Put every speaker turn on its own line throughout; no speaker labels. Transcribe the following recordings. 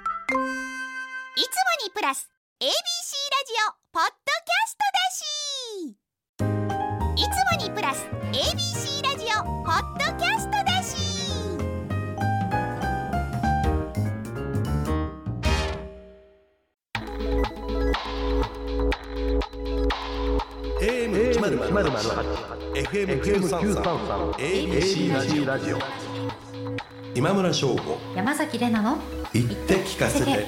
いつもにプラス ABC ラジオポッドキャストだしいつもにプラス ABC ラジオポッドキャストだし
AM1008 FM933 ABC ラジオ今村翔吾
山崎れなの
言って聞かせて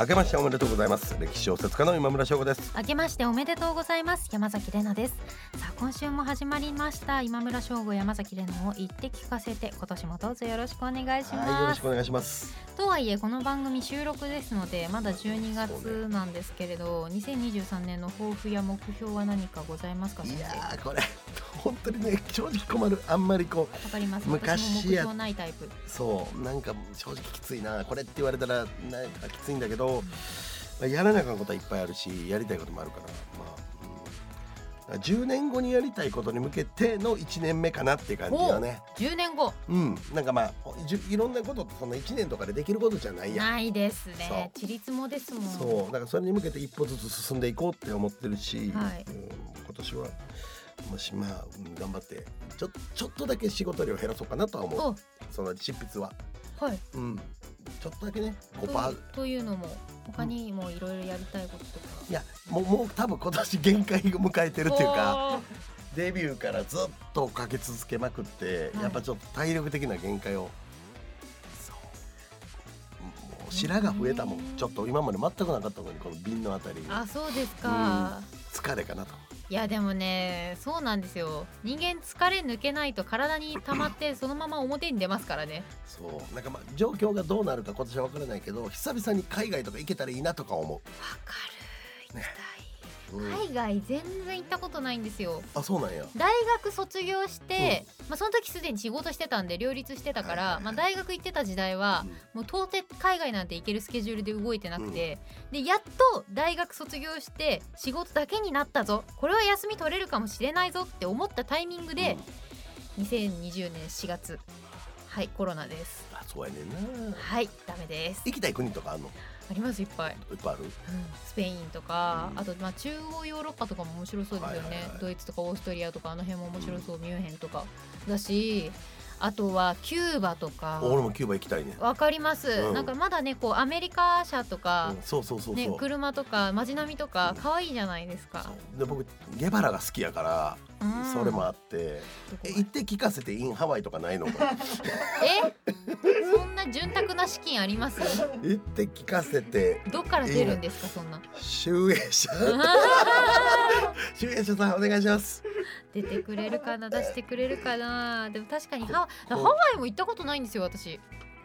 明けましておめでとうございます歴史小説家の今村翔吾です
明けましておめでとうございます山崎れなですさあ今週も始まりました今村翔吾山崎れなを言って聞かせて今年もどうぞよろしくお願いし
はいよろ
ま
し
す
くお願いします
とはいえこの番組収録ですのでまだ12
そう
月なんですけれど、2023年の抱負や目標は何かございますか
い
先生
や
わ
ーこれ本当にね正直困るあんまりこう
かります
昔
私も目
や
標ないタイプ
そうなんか正直きついなこれって言われたらなんかきついんだけど、まあやらなあかんことはいっぱいあるしやりたいこともあるからまあ、うん、10年後にやりたいことに向けての1年目かなっていう感じだね
10年後
うんなんかまあじゅいろんなことってそんな1年とかでできることじゃないやん
ないですね
そ
ちりつもですもん
そうだからそれに向けて一歩ずつ進んでいこうって思ってるし、
はい
うん、今年はもしまあ、うん頑張ってちょちょっとだけ仕事量減らそうかなとは思う
お
その執筆は、
はい
うん、ちょっとだけね
と
5%、
というのも他にもいろいろやりたいこととか、
いやもうもう多分今年限界を迎えてるっていうか
おー
デビューからずっとかけ続けまくって、
はい
やっぱちょっと体力的な限界をそうもう白が増えたもん、
ね
ちょっと今まで全くなかったのにこの瓶のあたり
あそうですか、
疲れかなと
いやでもねそうなんですよ人間疲れ抜けないと体に溜まってそのまま表に出ますからね
そうなんかまあ状況がどうなるか今年は分からないけど久々に海外とか行けたらいいなとか思
わかる
う、うん
行きたい海外全然行ったことないんですよ
あそうなんや
大学卒業して、まあ、その時すでに仕事してたんで両立してたか
はいはい
ら、
はい
まあ、大学行ってた時代
う
は
ん
もう到底海外なんて行けるスケジュールで動いてなくて、でやっと大学卒業して仕事だけになったぞこれは休み取れるかもしれないぞって思ったタイミングで、2020年4月はいコロナです
うんあそうやねんな
はいダメです
行きたい国とかあんの
ありますいっぱい、
いっぱいある
スペインとか、
うん
あとまあ中央ヨーロッパとかも面白そうですよね、
はいはいはい
ドイツとかオーストリアとかあの辺も面白そう、ミュンヘンとかだしあとはキューバとか
俺もキューバ行きたいね、
わかります、
うん
なんかまだねこうアメリカ車と
う
か
ん、そうそうそうそう、
ね、車とか街並みと
う
か
ん
可愛いじゃないですか
そ、うで僕ゲバラが好きやから、
うん
それもあって
どこ
え行って聞かせてインハワイとかない のか
えそんな潤沢な資金あります
行って聞かせて
どっから出るんですかそんな
集英 社集英社さんお願いします
出てくれるかな出してくれるかなでも確かにハワ
こ
ハワイも行ったことないんですよ私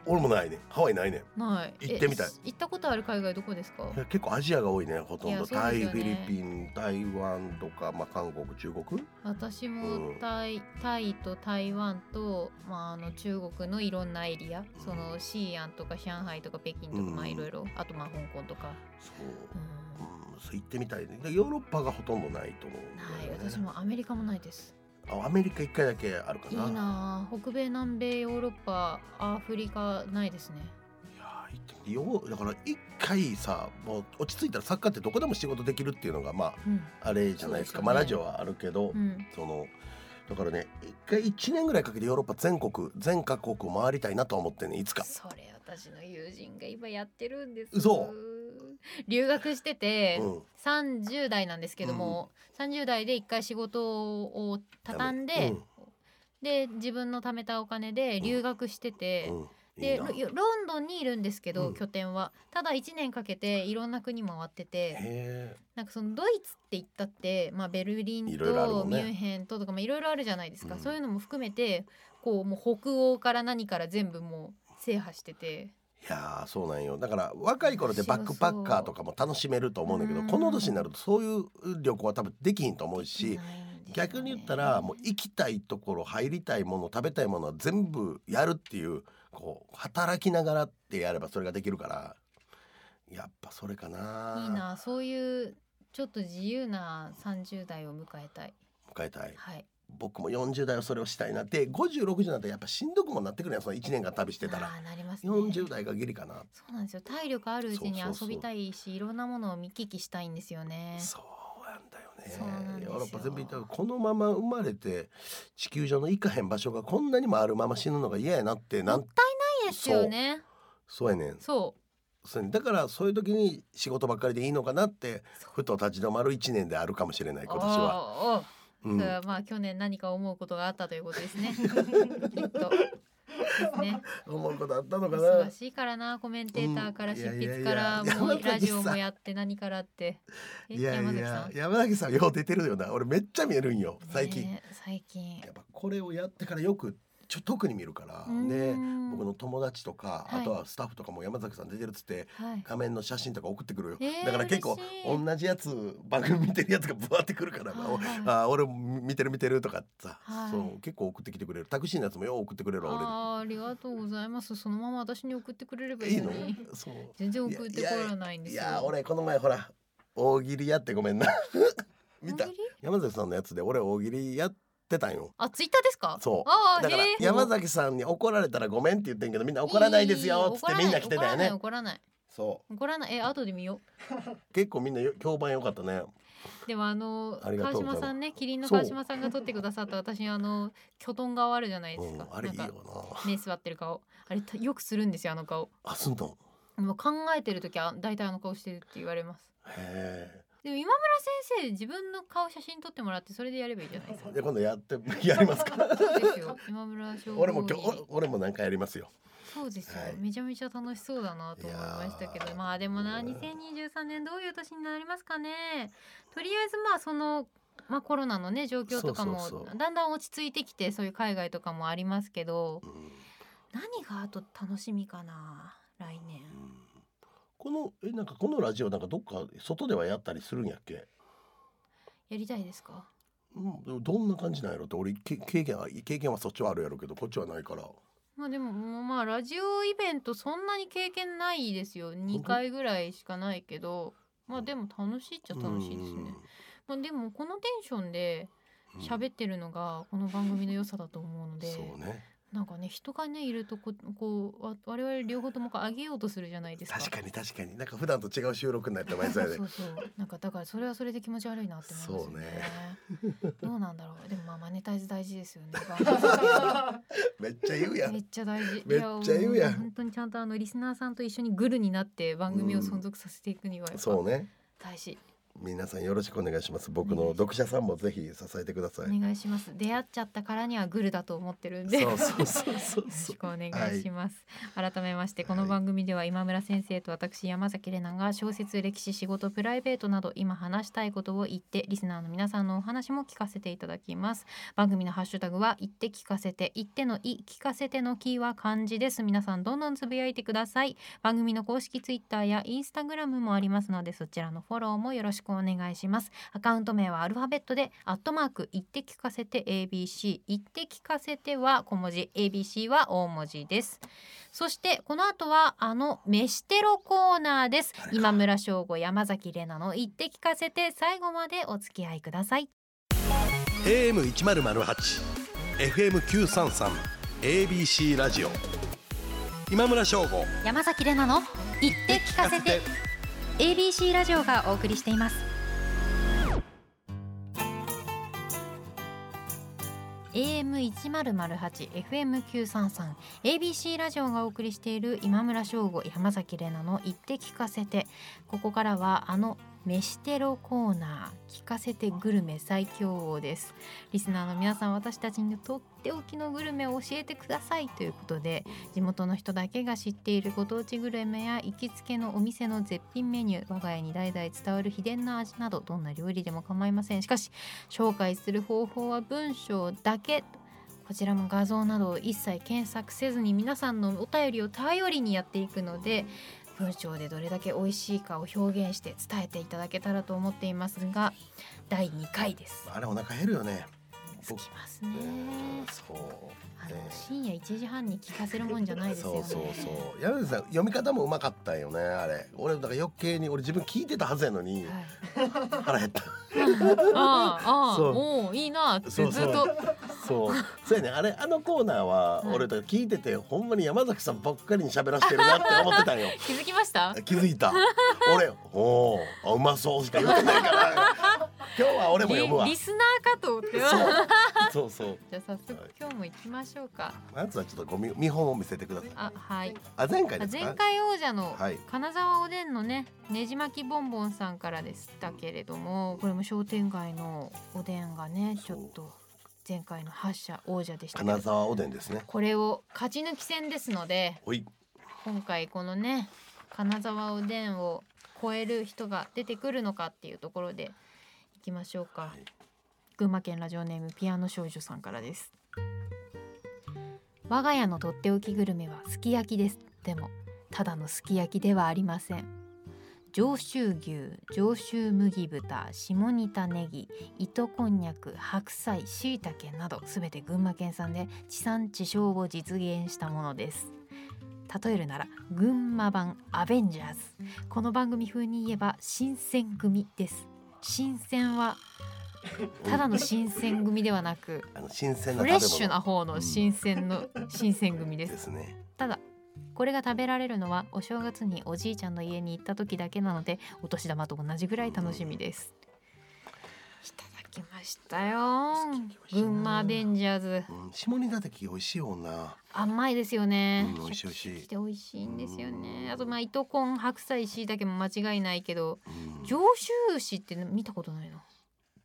俺もないねハワイないね
ないえ
行ってみたい
行ったことある海外どこですか
いや結構アジアが多いねほとん
い
ど、
やそう
タイ
ですよね
フィリピン台湾とか、まあ、韓国中国
私
う
も
ん
タイタイと台湾と、まあ、あの中国のいろんなエリアそのシーアンとか上海とか北京とか、
うん
まあいろいろあとまあ香港とか、
そう、
う
うん、そう行ってみたいねでヨーロッパがほとんどないと思うん
ん
だ
ない
よね
私もアメリカもないです
あアメリカ一回だけあるか
いい
な
なあ北米南米ヨーロッパアフリカないですね
いやー行ってみてよだから一回さもう落ち着いたら作家ってどこでも仕事できるっていうのがま
うん、
ああれじゃないですか
そうですよね
まあラジオはあるけど、
うん、
そのだからね一回1年ぐらいかけてヨーロッパ全国全各国を回りたいなとは思ってねいつか
それ私の友人が今やってるんです
嘘
留学してて、
うん
30代なんですけども、30代で一回仕事を畳んで、
うん
で自分の貯めたお金で留学してて、
うんい
で
いな
ロ
へ
ロンドンにいるんですけど、
うん
拠点はただ1年かけていろんな国回ってて
え
なんかそのドイツって言ったって、まあ、ベルリン
い
と
ろいろあるもんね
ミュンヘンととかまあいろいろあるじゃないですか、
うん
そういうのも含めてこうもう北欧から何から全部もう制覇してて
いやーそうなんよだから若い頃でバックパッカーとかも楽しめると思うんだけど
うん
この年になるとそういう旅行は多分できひんと思うし
ないんですよね
逆に言ったらもう行きたいところ入りたいもの食べたいものは全部やるっていうこう働きながらってやればそれができるからやっぱそれかない
いなそういうちょっと自由な30代を迎えたい
迎えたい
はい
僕も40代はそれをしたいなって5060になったらやっぱしんどくもなってくるやんその1年間旅してたら
あーなりますね
40代がギリかな
そうなんですよ体力あるうちに
そうそうそう
遊びたいしいろんなものを見聞きしたいんですよね
そうなんだよ
そうなん
ね
ですよ
ヨーロッパ全部行ったからこのまま生まれて地球上の行かへん場所がこんなにもあるまま死ぬのが嫌やなってな
もっ
ん
たいないですよね
そうやねん
そう
そうやねんだからそういう時に仕事ばっかりでいいのかなって
そう
ふと立ち止まる1年であるかもしれない今年は。
は
う
そ
ん
れはまあ去年何か思うことがあったということで すねきっとですね
思うことあったのかな
忙。しいからなコメンテーターから
うん
執
いやいやいや
筆から
いや
もう
山崎
ラジオ
さ
も
ん
やって何からってえ
いや
山
い
崎さ
や
ん
山崎さんよう出てるよな俺めっちゃ見えるんよ最近、
ねえ最近
やっぱこれをやってからよくちょ特に見るから
う
ね
ん
僕の友達とか、
はい
あとはスタッフとかも山崎さん出てるっつって
はい
画面の写真とか送ってくるよ、
えー
だから結構
嬉しい
同じやつ番組見てるやつがぶわってくるから、
はいはい
ああ俺も見てる見てるとかさ、
はい
そう結構送ってきてくれるタクシーのやつもよう送ってくれるわ俺に
あーありがとうございますそのまま私に送ってくれればい
い
い
いの
のに
そう
全然送ってこられないんで
い
すよ
やー俺この前ほら大喜利やってごめんな見た
大喜利
山崎さんのやつで俺大喜利やってたんよ
あツイッターですか
そう
あ
だから
へえ
山崎さんに怒られたらごめんって言ってんけどみんな怒らないですよっつってみんな来てたよね
怒らない
そ
怒らない怒らないえ後で見よ
う結構みんなよ評判良かったね
うでもあの
ありが
川
とうございま
島
す
さんねキリンの
そう
川島さんが撮ってくださった私にあの巨トン顔あるじゃないで
う
す
ん
か、
あれいい
な
よ
んか
な
目座ってる顔あれたよくするんですよあの顔
あすんとん
もう考えてる時は大体あの顔してるって言われます
へ
でも今村先生自分の顔写真撮ってもらってそれでやればいいじゃな いですか
えで今度やってやりますか
そうですよ今村翔吾
俺も今日お俺もなんかやりますよ
そうですよ、
はい
めちゃめちゃ楽しそうだなと思いましたけ
いや
ど
ー
まあでもな
うん
2023年どういう年になりますかねとりあえずまあその、まあ、コロナのね状況とかも
そうそうそう
だんだん落ち着いてきてそういう海外とかもありますけど
うんうん
何があと楽しみかな来年
このえなんかこのラジオなんかどっか外ではやったりするんやっけ
やりたいですか
うんでもどんな感じなんやろって俺け経験は経験はそっちはあるやろうけどこっちはないから
まあでももうまあラジオイベントそんなに経験ないですよ2回ぐらいしかないけどまあでも楽しいっちゃ楽しいですね。まあでもこのテンションで
うん
喋ってるのがこの番組の良さだと思うので、
そうね
なんかね人がねいるとここうわ我々両方ともこう上げようとするじゃないですか。
確かに確かになんか普段と違う収録になって毎回で
そうそうそうなんかだからそれはそれで気持ち悪いなって思いますよね。どうなんだろうでもまあマネタイズ大事ですよね。番組制度
めっちゃ言うや
めっ
ん
ちゃ大事
めっちゃ言うやん
いも本当にちゃんとあのリスナーさんと一緒にグルになって番組を存続させていくにはやっぱ
そうね
大事、
皆さんよろしくお願いします僕の読者さんもぜひ支えてください
お願いします出会っちゃったからにはグルだと思ってるんで
そうそうそうそう
よろ
そ
し
う
くお願いします、改めましてこの
はい
番組では今村先生と私山崎怜奈が小説歴史仕事プライベートなど今話したいことを言ってリスナーの皆さんのお話も聞かせていただきます番組のハッシュタグは言って聞かせて言ってのい聞かせてのキーは漢字です皆さんどんどんつぶやいてください番組の公式ツイッターやインスタグラムもありますのでそちらのフォローもよろしくお願いしますアカウント名はアルファベットでアットマーク言って聞かせて ABC 言って聞かせては小文字 ABC は大文字ですそしてこの後はあの飯テロコーナーです
あれか
今村翔吾山崎怜奈の言って聞かせて最後までお付き合いください
AM 一ゼロゼロ八、FM 九三三、ABC ラジオ。今村翔吾。
山崎怜奈の言って聞かせて ABC ラジオがお送りしています AM1008 FM933 ABC ラジオがお送りしている今村翔吾山崎怜奈の言って聞かせてここからはあの飯テロコーナー聞かせてグルメ最強王ですリスナーの皆さん私たちにとっておきのグルメを教えてくださいということで地元の人だけが知っているご当地グルメや行きつけのお店の絶品メニュー我が家に代々伝わる秘伝な味などどんな料理でも構いませんしかし紹介する方法は文章だけこちらも画像などを一切検索せずに皆さんのお便りを頼りにやっていくので文章でどれだけ美味しいかを表現して伝えていただけたらと思っていますが第2回です。
あれお腹減るよね。
つきますね。
そう。
あの
ええ
深夜1時半に聞かせるもんじゃないですよ
そ
ね
うそうそう柳瀬さん読み方もうまかったんよねあれ俺だから余計に俺自分聞いてたはずやのに
はい、
腹減った
ああああ
そう
おおいいなってずっ
そう
と
そうそうそうやねあれあのコーナーは
はい
俺とか聞いててほんまに山崎さんばっかりに喋らせてるなって思ってたんよ
気づきました
気づいた俺おおあうまそうしか言ってないから 今日は俺も読むわ
リリスナーかと思って
そう
じ
そうそう
ゃあ早速今日も行きましょうか
まずはちょっとごみ見本を見せてください
あはい
あ前回
あ
ですか
前回王者の
はい
金沢おでんのねねじ巻きボンボンさんからでしたけれどもこれも商店街のおでんがねちょっと前回の覇者王者でしたけど
金沢おでんですね
これを勝ち抜き戦ですので
おい
今回このね金沢おでんを超える人が出てくるのかっていうところでいきましょうか、
い
群馬県ラジオネームピアノ少女さんからです我が家のとっておきグルメはすき焼きですでもただのすき焼きではありません上州牛上州麦豚下仁田ネギ糸こんにゃく白菜椎茸などすべて群馬県産で地産地消を実現したものです例えるなら群馬版アベンジャーズこの番組風に言えば新選組です新鮮はただの新選組ではなく
あの新鮮な
フ
食べ
レ
物
ッシュな方の新鮮の新選組です
ですね
ただこれが食べられるのはお正月におじいちゃんの家に行った時だけなのでお年玉と同じぐらい楽しみですいただきましたよ群馬アベンジャーズ
うん、下仁田的美味しいもんな。
甘いですよね、
うん美味しい美味しい
シャキシャキして美味しいんですよねあとまあ糸こん白菜椎茸も間違いないけど
うん、
上州牛って見たことないな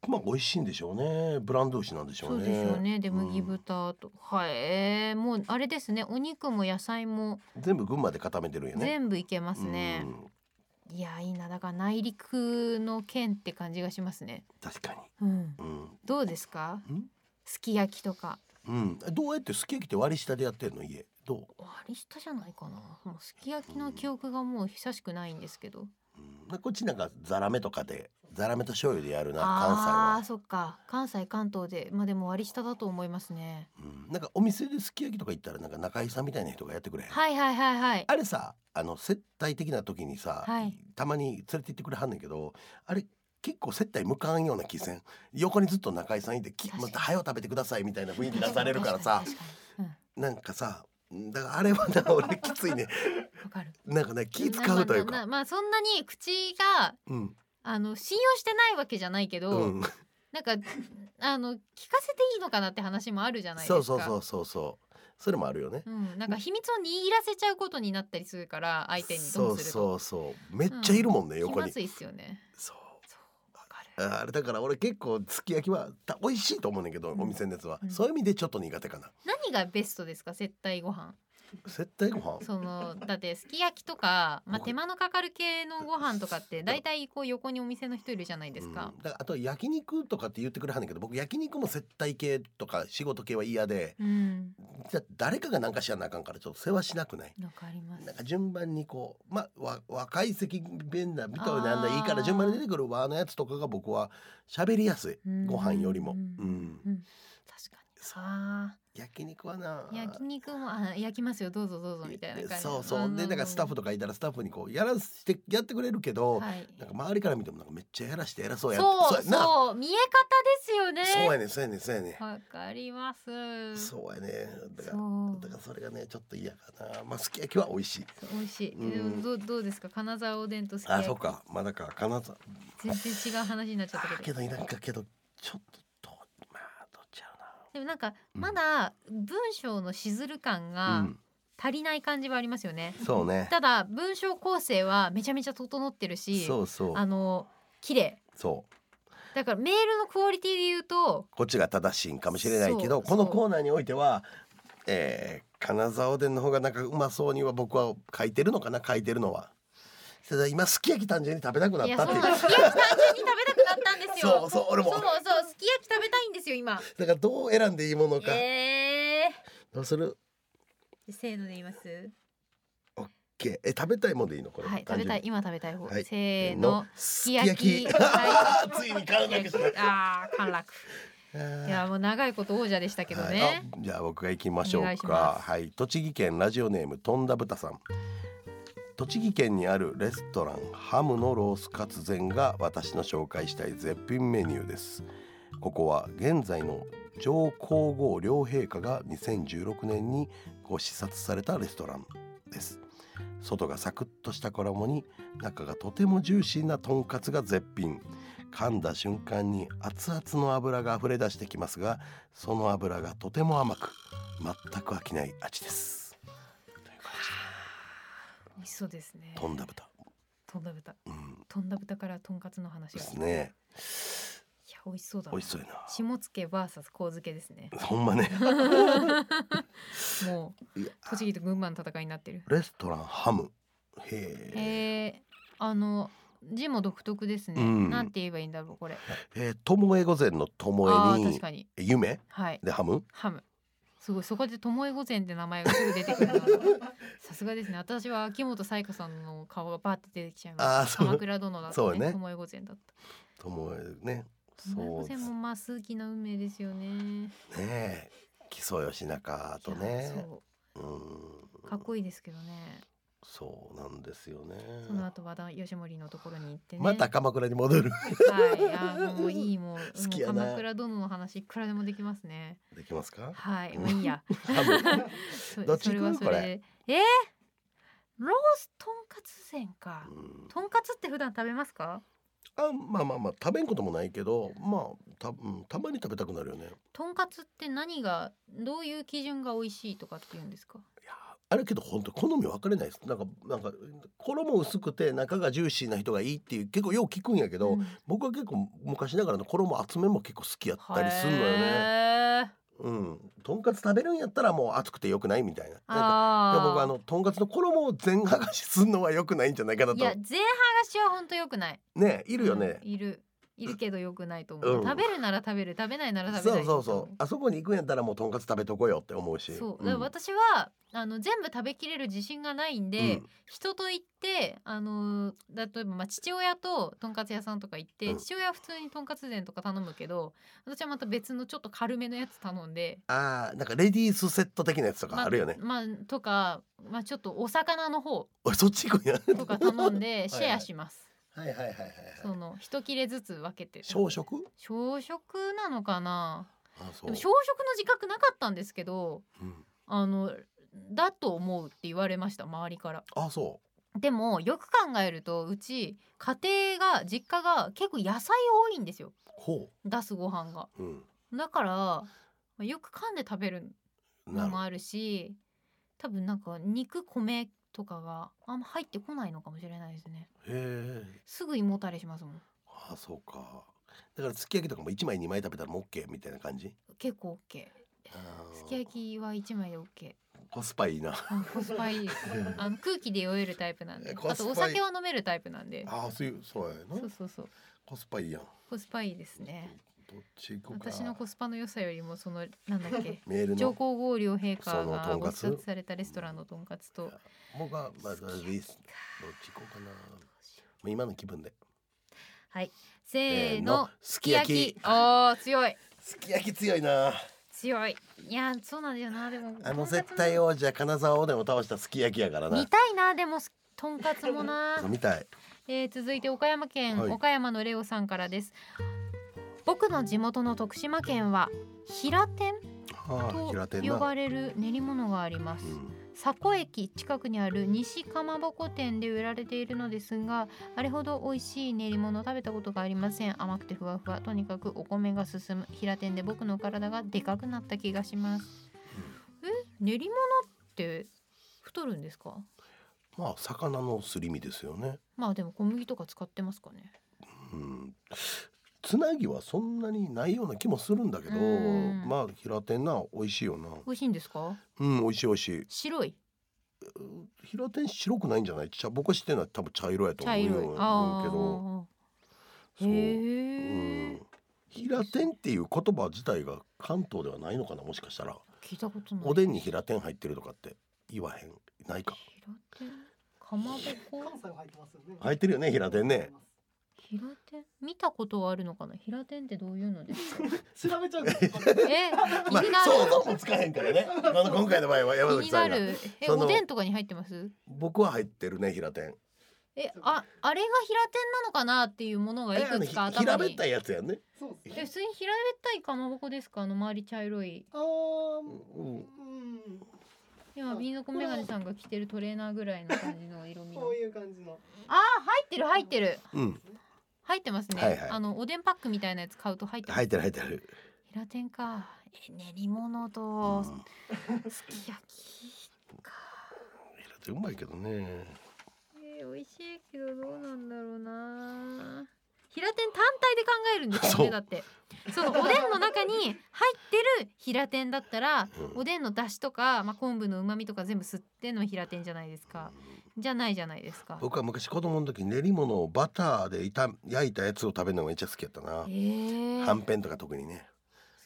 まあ美味しいんでしょうね。ブランド牛なんでしょ
そうう
ね。
でしょうねで
うん
麦豚と、はいえーもうあれですねお肉も野菜も
全部群馬で固めてるんやね。
全部いけますね、
うん
いやいいなだから内陸の県って感じがしますね。
確かに。
うん、
うん。
どうですか
ん？
すき焼きとか
うん。どうやってすき焼きって割り下でやってんの家？ど
割り下じゃないかなもうすき焼きの記憶がもう久しくないんですけど
う？うん、なこっちなんかザラメとかでザラメと醤油でやるな
あ
関
ーそっか関西関東でまあでも割り下だと思いますね
西は。うん。なんかお店ですき焼きとか行ったらなんか中井さんみたいな人がやってくれへん。
はいはいはいはい
あれさあの接待的な時にさ、
はい
たまに連れて行ってくれはんねんけどあれ結構接待向かんような気せん横にずっと中居さんいて「き
確か
ま
に
た早う食べてください」みたいな雰囲気出されるからさ
確かに確か
なんかさだからあれはな俺きついね
にうんわかる
なん かね気使うという
まあまあ
か、
まあそんなに口が
うん
あの信用してないわけじゃないけど、
うん、
なんかあの聞かせていいのかなって話もあるじゃないですか
そうそうそうそうそうそれもあるよね。
うん、なんか秘密を握らせちゃうことになったりするから相手にど
そうう
する
そ
と
うそうめっちゃいるもんね、
気
横
ま
に
ず。いっすよね
そう
そうわかる
ああれだから俺結構すき焼きはた美味しいと思うねんけど、
うん
お店のやつは、
うん
そういう意味でちょっと苦手かな。
何がベストですか接待ご飯
接待ご飯
そのだってすき焼きとか、まあ、
ご飯
手間のかかる系のご飯とかって大体こう横にお店の人いるじゃないですか
うん、だからあと焼肉とかって言ってくれはんねんけど僕焼肉も接待系とか仕事系は嫌で
うん、
じゃあ誰かが何かしらなあかんからちょっと世話しなくない
なんかあります
なんか順番にこうまあわ若い席弁なみたいな
あ
ん
ー
だいいから順番に出てくる和のやつとかが僕は喋りやすい
うん
ご飯よりも
う
うんん、
うん確かに
そう
さ
焼肉はな
あ焼肉もあ焼きますよどうぞどうぞみたいな感じ
そうそうでなんかスタッフ
と
とかいたらスタッフにこうやらしてやってくれるけど、
はい、
なんか周りから見てもなんかめっちゃやらして偉そうやん
そう
やんな
そう見え方ですよね
そうやねんそうやねんそうやねん
わかります。
そうやねだから
そう
だからそれがねちょっと嫌かなまあすき焼きは美味しい
美味しい。
うん
でもどうどうですか金沢おでんとすき
あ
焼
そうかまだか金沢
き全然違う話になっちゃった
け
けど。
どなんかけどちょっとどうまあどっちやろ
でもなんか
うん
まだ文章のしずる感
なう
が
ん
足りない感じはありますよね。
そうね
ただ文章構成はめちゃめちゃ整ってるし、
そうそう
あの綺麗。
そう
だからメールのクオリティで言うと、
こっちが正しいんかもしれないけど
そう
この
そう
コーナーにおいてはえー金沢おでんの方がなんかうまそうには僕は書いてるのかな書いてるのはただ今すき焼き単純に食べたくないっ
や
たっ
そう
てい
な
うん
ですすき焼き単純に食べたくなったんですよ。
そうそう俺も
そうそうすき焼き食べたいんですよ今。
だからどう選んでいいものか、
え
どうする
えー。せーので言います。
けえ食べたいものでいいのこれ
はい、
単
食
純
べ
に
たい、今食べたい方。
はい
せーの。
す
き焼き
き焼きついに買うなきゃ
ああ、陥落。
い
いやもう長いこと王者でしたけど
はい
ね。
あじゃあ僕が行きましょ
お願
う
いし
か
ま。
はい、栃木県ラジオネームとんだぶたさん。栃木県にあるレストランハムのロースカツ膳が私の紹介したい絶品メニューです。ここは現在の上皇后両陛下が2016年にご視察されたレストランです。外がサクッとした衣に中がとてもジューシーなとんかつが絶品噛んだ瞬間に熱々の油が溢れ出してきますがその油がとても甘く全く飽きない味です
美味しそうですね。
とんだ豚
とんだ豚。
うん
とんだ豚からとんかつの話
で
が。
す
い
ね
や美味しそうだな。
美味しそうやな
下野バーサス小漬けですね。
ほんまね
もう
いや
栃木と群馬の戦いになってる。
レストランハムへえ
えー、あの字も独特ですね。
うん
なんて言えばいいんだろうこれ。
えーともえ御前のと
あ
も
あ
え
ー確
に
かに。
夢
はい。
でハム
ハム。すごいそこで「ともえ御前」って名前がすぐ 出てくるなさすがですね私は秋元才加さんの顔がバーって出てきちゃいました
あーそう
鎌倉殿だった
そうね
ともえ御前だった
ともえね
とも
そう
え御
で
前
す
もまあ数奇な運命ですよね
ね木曽義仲と
いや
ね
そううんかっこいいですけどね
そうなんですよね
その後和田義盛のところに行ってね
また鎌倉に戻 る
はいあーもういいもう
好きやな
もう鎌倉殿の話いくらでもできますね
できますか
はいもういいや
ハ ム
そ
どっち
それは
行く
それでえー、ロースとんかつ膳か
うん
とんかつって普段食べますか
あまあまあまあ食べんこともないけどまあた,、うん、たまに食べたくなるよねい
とんかつって何がどういう基準が美味しいとかって言うんですか
やあるけど本当好み分かれないですなんかなんか衣薄くて中がジューシーな人がいいっていう結構よう聞くんやけど、
うん
僕は結構昔ながらの衣厚めも結構好きやったりするのよね
へー
うんとんかつ食べるんやったらもう厚くてよくないみたいななんか
あ
で
ー
僕あのとんかつの衣を全剥がしすんのはよくないんじゃないかないと
や前半がしは本当良くない
ねいるよね
うん、いるいるけど良くないと思う、
うん
食べるなら食べる食べないなら食べ
そ
な
う
い
そうそうあそこに行くんやったらもうとんかつ食べとこうよって思うし
そう
うん
だから私は、あの全部食べきれる自信がないんで、
うん
人と行ってあの例えばまあ父親ととんかつ屋さんとか行って、
うん
父親は普通にとんかつ膳とか頼むけど私はまた別のちょっと軽めのやつ頼んで
あーなんかレディースセット的なやつとかあるよね。
まあまあとか、まあ、ちょっとお魚の方
俺そっち行 くんや。
とか頼 んでシェアします。
はいはいはいはいはい。
その一切れずつ分けて
小食？
小食なのかな
あそ
でも小食の自覚なかったんですけど
うん
あのだと思うって言われました周りから
あそ
でもよく考えるとうち家庭が実家が結構野菜多いんですよ
う。ほ
出すご飯が
う。うん。
だからまあよく噛んで食べる
な
の
る
もあるし多分なんか肉米とかがあんま入ってこないのかもしれないですね
ほど。へえ。
すぐ胃もたれしますもん
あそうか。だからすき焼きとかも一枚二枚食べたらもうオッケーみたいな感じ。
結構 OK
あー
すき焼きは一枚で OK
コスパいいな。
あコス パいいですあの空気で酔えるタイプなんで
コスパいい
あとお酒は飲めるタイプなんで
あーそういうそうやな
そう。そうそう
コスパいいやん。ど
コスパいいですね
っち行くか。
私のコスパの良さよりもそのなんだ っけ
メール
上
の
皇后両陛
そ
下
の
が
とん
ご
か
視
つ
察されたレストランのとんかつと
僕がまずレディース。どっち行こうかな。もう今の気分で。
せーの
す
す
き
き
焼き
焼き。あー強い
すき焼き強いな。
強いいやそうなんだよなでも
あの
とんかつも
絶対王者金沢おでんを倒したすき焼きやからな
見。たいなでもとんかつもな
飲みたい。
えー続いて岡山県、
はい
岡山のレオさんからです僕の地元の徳島県は平天
はあ、平
と
手
呼ば
な。
れる練り物があります
うん
佐古駅近くにある西かまぼこ店で売られているのですがあれほど美味しい練り物を食べたことがありません甘くてふわふわとにかくお米が進む平天で僕の体がでかくなった気がしますえ練り物って太るんですか
まあ魚のすり身ですよね。
まあでも小麦とか使ってますかね
うん。つなぎはそんなにないような気もするんだけど、
うん
まあ平手な美味しいよな。
美味しいんですか
うん、美味しい美味しい。
白い
平手白くないんじゃない？茶僕は知ってるのは多分茶色やと
茶
思う
色い
よ。
あ
思う
あ
けど、そう。う
へえ
ん。平天っていう言葉自体が関東ではないのかなもしかしたら
聞いたことない
おでんに平天入ってるとかって言わへんないか
平手かまぼこ
関西は入ってますよね。
入ってるよね平手ね。
平手見たことはあるのかな平手ってどういうの ですか
調べちゃうから
え気
まあ
にな
想
る
像もつかへんから ねあの今回の場合は山
気
崎
に
さ
なん
が
るえ
その
おでんとかに入ってます
僕は入ってるね平天
えああれが平手なのかなっていうものがいくつか
ひ
頭
平べっ
に
たいやつやんね
そうです
え
ね
普通に平べったいかまぼこですかあの周り茶色い
あー
うん
うん
今民族メガネさんが着てるトレーナーぐらいの感じの色味の
こういう感じの
あー入ってる入ってる
うん
入ってますね、
はいはい
あのおでんパックみたいなやつ買うと入ってます、
入ってる入ってる
平天かえ練り物
う
と
ん
すき焼きか
平天うまいけどね
えー、美味しいけどどうなんだろうな平天単体で考えるんですよ
そう
ねだってそのおでんの中に入ってる平天だったら
うん
おでんの出汁とか、まあ、昆布の旨味とか全部吸っての平天じゃないですかじゃないじゃないですか
僕は昔子供の時練り物をバターで炒め焼いたやつを食べるのがめっちゃ好きやったな
えー、
はんぺんとか特にね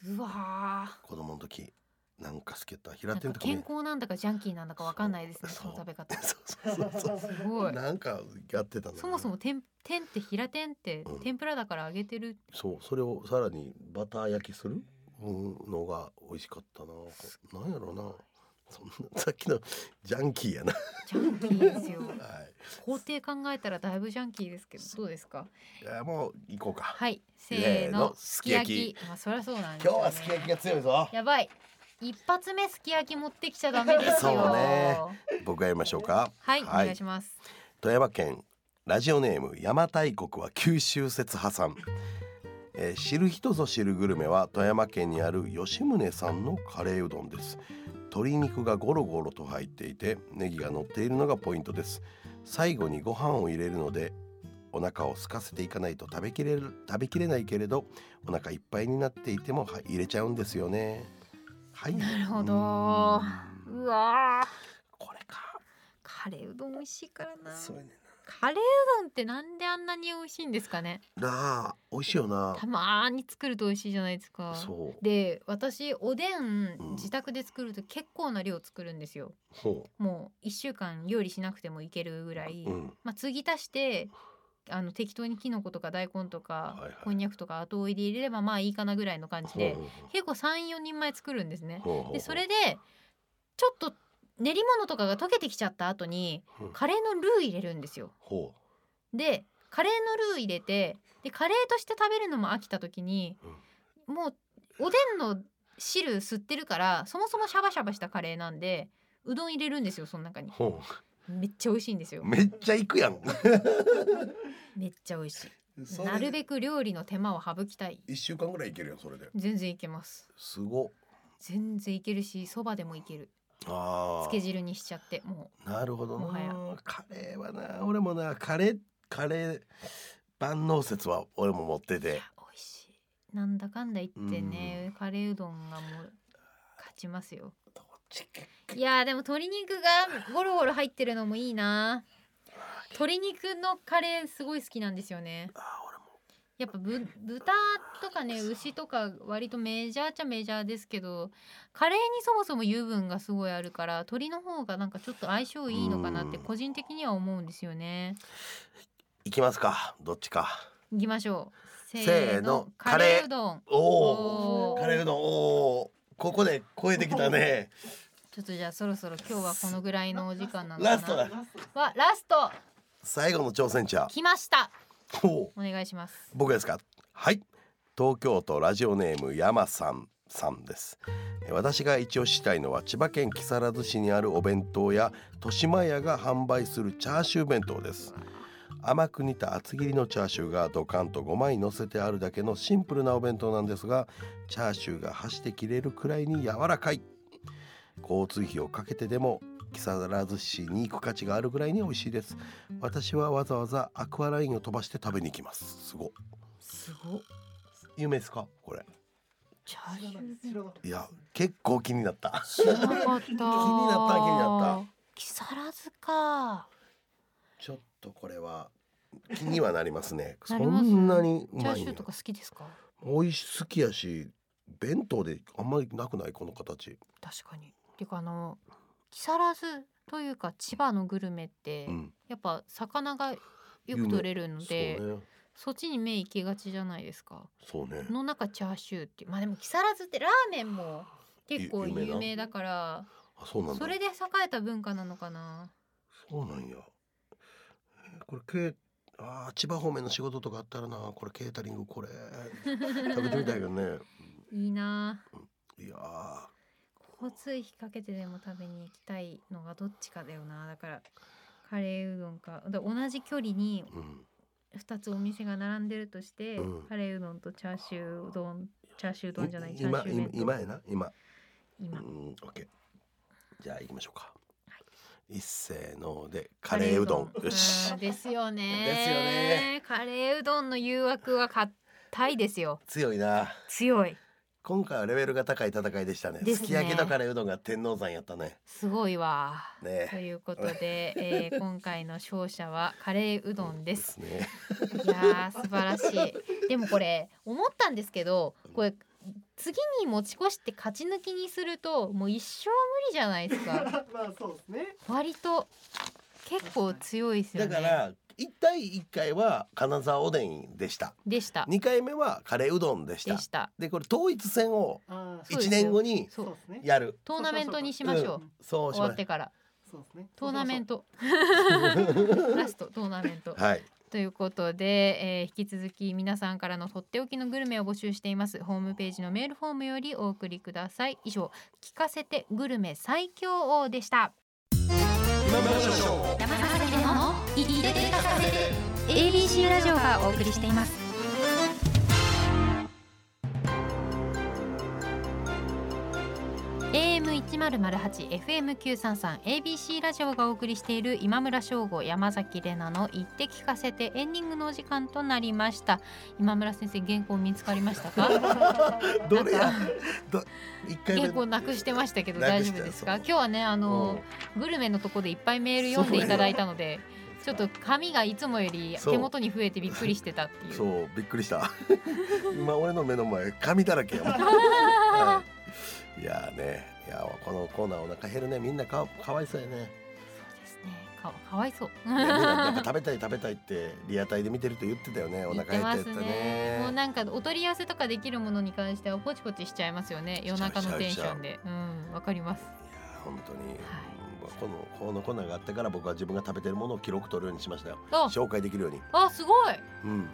うわー
子供の時なんか好きやった
な
平
ん
天
か
とか
健
ね
康なんだかジャンキーなんだかわかんないですね
そう
その食べ方す
そうそうそうそう
ごい
なんかやってたんだよね
そもそも天天って平天って
うん
天ぷらだから揚げてる
そうそれをさらにバター焼きするうんのが美味しかったななんやろうなそんなさっきの ジャンキーやなは
ジャンキーです よ
い
工程考えたらだいぶジャンキーですけどどうですか
いやもう行こうか
はいせーの
す
す
き
き
焼き
焼きまあそりゃそうなんです
今
よ、
日
ね、
はすき焼きが強いぞ
やばい一発目すき焼き持ってきちゃダメですよ
そうね僕がやりましょうか
はい、お願いします
富山県ラジオネーム邪馬台国は九州説破産、えー知る人ぞ知るグルメは富山県にある吉宗さんのカレーうどんです鶏肉がゴロゴロと入っていてネギが乗っているのがポイントです最後にご飯を入れるのでお腹を空かせていかないと食べきれる食べきれないけれどお腹いっぱいになっていてもは入れちゃうんですよねはい
なるほど
う
うんわー
これか
カレーうどん美味しいからな
そうやねん
カレーうどんってなんであんなに美味しいんですかね
ななあ美味しいよな
たまーに作ると美味しいじゃないですか
そう
で私おでん
うん
自宅で作ると結構な量作るんですよ
ほ
もう1週間料理しなくてもいけるぐらい、
う、うん、
まあ継ぎ足してあの適当にきのことか大根とか、
はいはい
こんにゃくとか後追いで入れればまあいいかなぐらいの感じで
ほうほう
結構34人前作るんですね。
ほうほうほう
でそれでちょっと練り物とかが溶けてきちゃった後に
うん
カレーのルー入れるんですよ。
ほ
でカレーのルー入れてでカレーとして食べるのも飽きた時に、もうおでんの汁吸ってるからそもそもシャバシャバしたカレーなんでうどん入れるんですよその中
う
に
ほ
めっちゃ美味しいんですよ
うめっちゃ行くやん
めっちゃ美味しい
それ
なるべく料理の手間を省きたい
一週間ぐらい行けるやんそれで
全然いけます
すごっ
全然いけるしそばでもいける
あ
つけ汁にしちゃっても
あなるほど
もはや
なカレーはな俺もなカレーカレー万能説は俺も持って
ういや
て
美味しいなんだかんだ言ってねカレーうどんがもう勝ちますよ
どっちか
いやーでも鶏肉がゴロゴロ入ってるのもいいな鶏肉のカレーすごい好きなんですよね
あー俺も
やっぱぶ豚とかね牛とか割とメジャーっちゃメジャーですけどカレーにそもそも油分がすごいあるから鶏の方がなんかちょっと相性いいのかなって
うん
個人的には思うんですよね
行きますかどっちか
いきましょう
せ
せ
ーの
ーの
カ
カ
レ
レ
ー
ーうどん
おお
お
カ
ー
レーうどんおおここで超えてきたね
ちょっとじゃあそろそろ今日はこのぐらいのお時間なのかな
ラストだ
ラストです
わラスト
最後の挑戦者
来ました
おお
お願いします
僕ですかはい東京都ラジオネーム山さんさんですえー私が一押ししたいのは千葉県木更津市にあるお弁当や豊島屋が販売するチャーシュー弁当です甘く煮た厚切りのチャーシューがドカンと5枚乗せてあるだけのシンプルなお弁当なんですがチャーシューが箸で切れるくらいに柔らかい交通費をかけてでも木更津市に行く価値があるぐらいに美味しいです私はわざわざアクアラインを飛ばして食べに行きますすごっ
すご
有名ですかこれ
チャーシ
知ら
ュ
ない
ー
知ら ない
いや結構気になった
知らなかった気に
なった気になった
木更津か
ちょっとこれは気にはなりますねそ
なります
んなにう
チャ
ま
ー
い
シュ
ん
ー
や
とか好きですか
美味し好きやし弁当であんまりなくないこの形
確かにていうかあの木更津というか千葉のグルメって、
うん
やっぱ魚がよ
有
く
名
取れるの
そう
で
ね
そっちに目行きがちじゃないですか
そうね
の中チャーシューっていうまあでも木更津ってラーメンも結構
ゆ有名な
有名だから
あそうなんだ
それで栄えた文化なのかな
そうなんやえーこれけあー千葉方面の仕事とかあったらなこれケータリング これ食べてみたいけどね
いいない
やー
交通費かけてでも食べに行きたいのがどっちかだよなだからカレーうどんかだ同じ距離に
うん
2つお店が並んでるとして、
うん
カレーうどんとチャーシューうどんチャーシューうどんじゃない
い
チャー
今
シ
今
ュー麺と
今やな今う
今
んオッケーじゃあ行きましょうか、、
はい
っせーのでカレーうどんよし
うんですよね
ですよね
カレーうどんの誘惑は硬いですよ
強いな
強い
今回はレベルが高い戦いでしたね
です
す
ね
き焼きとカレーうどんが天王山やったね
すごいわと
ね
いうことで、えー、今回の勝者はカレーうどんです
ね
いやー素晴らしい。でもこれ思ったんですけど、これ次に持ち越して勝ち抜きにするともう一生無理じゃないですか。
まあそうですね
割と結構強いですよ
だ
ね。
から1対1回は金沢おでんでした
でした。
2回目はカレーうどんでした
でした。
でこれ統一戦を
あ
そうです
1
よ
年後に
そ
そう
で
う。
すね。
やる
トーナメントにしましょう。
そうし
終わ
ま
って
す
から
そうですね。
トーナメン
ト。
トラストトーナメント
はい
ということで、えー引き続き皆さんからのとっておきのグルメを募集していますホームページのメールフォームよりお送りください以上聞かせてグルメ最強王でした
山崎での「いでてかさせて」ABC ラジオがお送りしています
AM1008、FM933、ABC ラジオがお送りしている今村翔吾、山崎怜奈の言って聞かせてエンディングのお時間となりました。今村先生、原稿見つかりまし たか
どれやど1回目
原稿なくしてましたけど
な
大
く
丈
した
夫ですか
そう
今日はね、あの、グルメのとこでいっぱいメール読んでいただいたので、ちょっと紙がいつもより手元に増えてびっくりしてたって いう。
そうびっくりした今俺の目の前紙だらけや もん、はい、いやーねいやーこのコーナーお腹減るねみんなかかわいそうやね
そうですね。かかわいそう。
いやみんなやっぱ食べたい食べたいってリアタイで見てると言ってたよねお
言
腹
ってま
減っ
す
てって
ね
ね
もうなんかお取り寄せとかできるものに関してはポチポチしちゃいますよね夜中のテンションでうんわかります
いやー本当に、まあこのこのコーナーがあってから僕は自分が食べてるものを記録取るようにしましたよ
あ
紹介できるように
あすごい
うん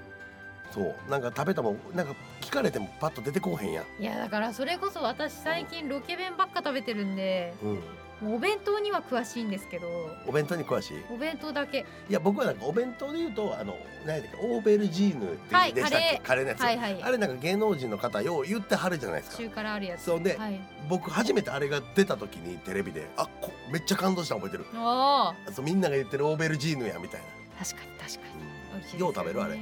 そうなんか食べたもんなんか聞かれてもパッと出てこうへんやん
いやだからそれこそ私最近ロケ弁ばっか食べてるんで
うん
もうお弁当には詳しいんですけど
お弁当に詳しい
お弁当だけ
いや僕はなんかお弁当で言うとあの何やったっけオーベルジーヌって
はい
でしたっけ、カレーのやつ、
はいはい
あれなんか芸能人の方よう言ってはるじゃないですか
中からあるやつ
そうで、
はい
僕初めてあれが出た時にテレビであこめっちゃ感動したの覚えてる
あ
あそうみんなが言ってるオーベルジーヌやみたい
ー確かに確かに美味しいですね
よう食べるあれ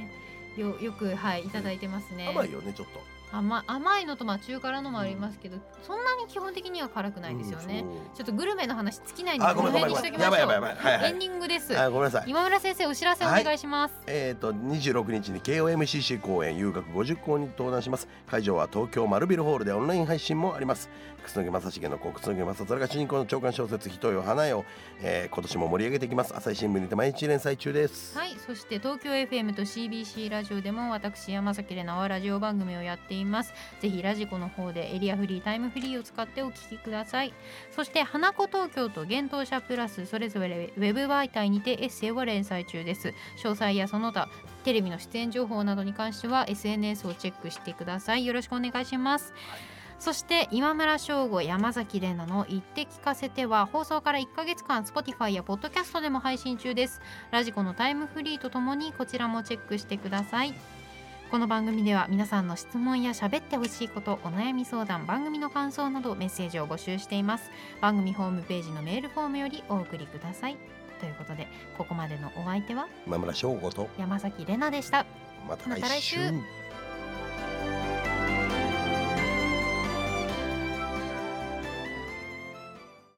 よよくはいいただいてますね
な甘いよねちょっと
甘甘いのとまあ中辛のもありますけどそんなに基本的には辛くないですよね
うん
ちょっとグルメの話尽きないんで
あ
こ
ごめ
の
んごめん
辺
ごめん
にしときましょ
や
う
ばいやばいやばいはいは
エン
い
ディングです。
あごめんなさい
今村先生お知らせお願いします。
えー、と26日に KOMCC 公演遊学50校に登壇します会場は東京丸ビルホールでオンライン配信もあります楠木正成の子楠木正虎が主人公の長官小説「ひとよ花よ」えー今年も盛り上げていきます朝日新聞にて毎日連載中です、
はい、そして東京 FM と CBC ラジオでも私山崎怜奈はラジオ番組をやっています。ぜひラジコの方でエリアフリー、タイムフリーを使ってお聞きください。そして花子東京と幻冬舎プラスそれぞれウェブ媒体にてエッセイを連載中です。詳細やその他テレビの出演情報などに関しては SNS をチェックしてください。よろしくお願いします。そして今村翔吾山崎怜奈の「言って聞かせて」は放送から1ヶ月間 Spotify や Podcast でも配信中ですラジコのタイムフリーとともにこちらもチェックしてくださいこの番組では皆さんの質問や喋ってほしいことお悩み相談番組の感想などメッセージを募集しています番組ホームページのメールフォームよりお送りくださいということでここまでのお相手は
今村翔吾と
山崎れなでした
また
また
来
来
週
週